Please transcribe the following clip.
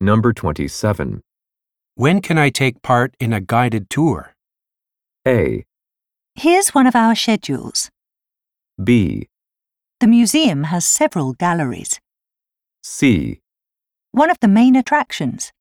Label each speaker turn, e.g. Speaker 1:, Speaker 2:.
Speaker 1: Number 27.
Speaker 2: When can I take part in a guided tour?
Speaker 1: A,
Speaker 3: Here's one of our schedules.
Speaker 1: B,
Speaker 3: The museum has several galleries.
Speaker 1: C.
Speaker 3: One of the main attractions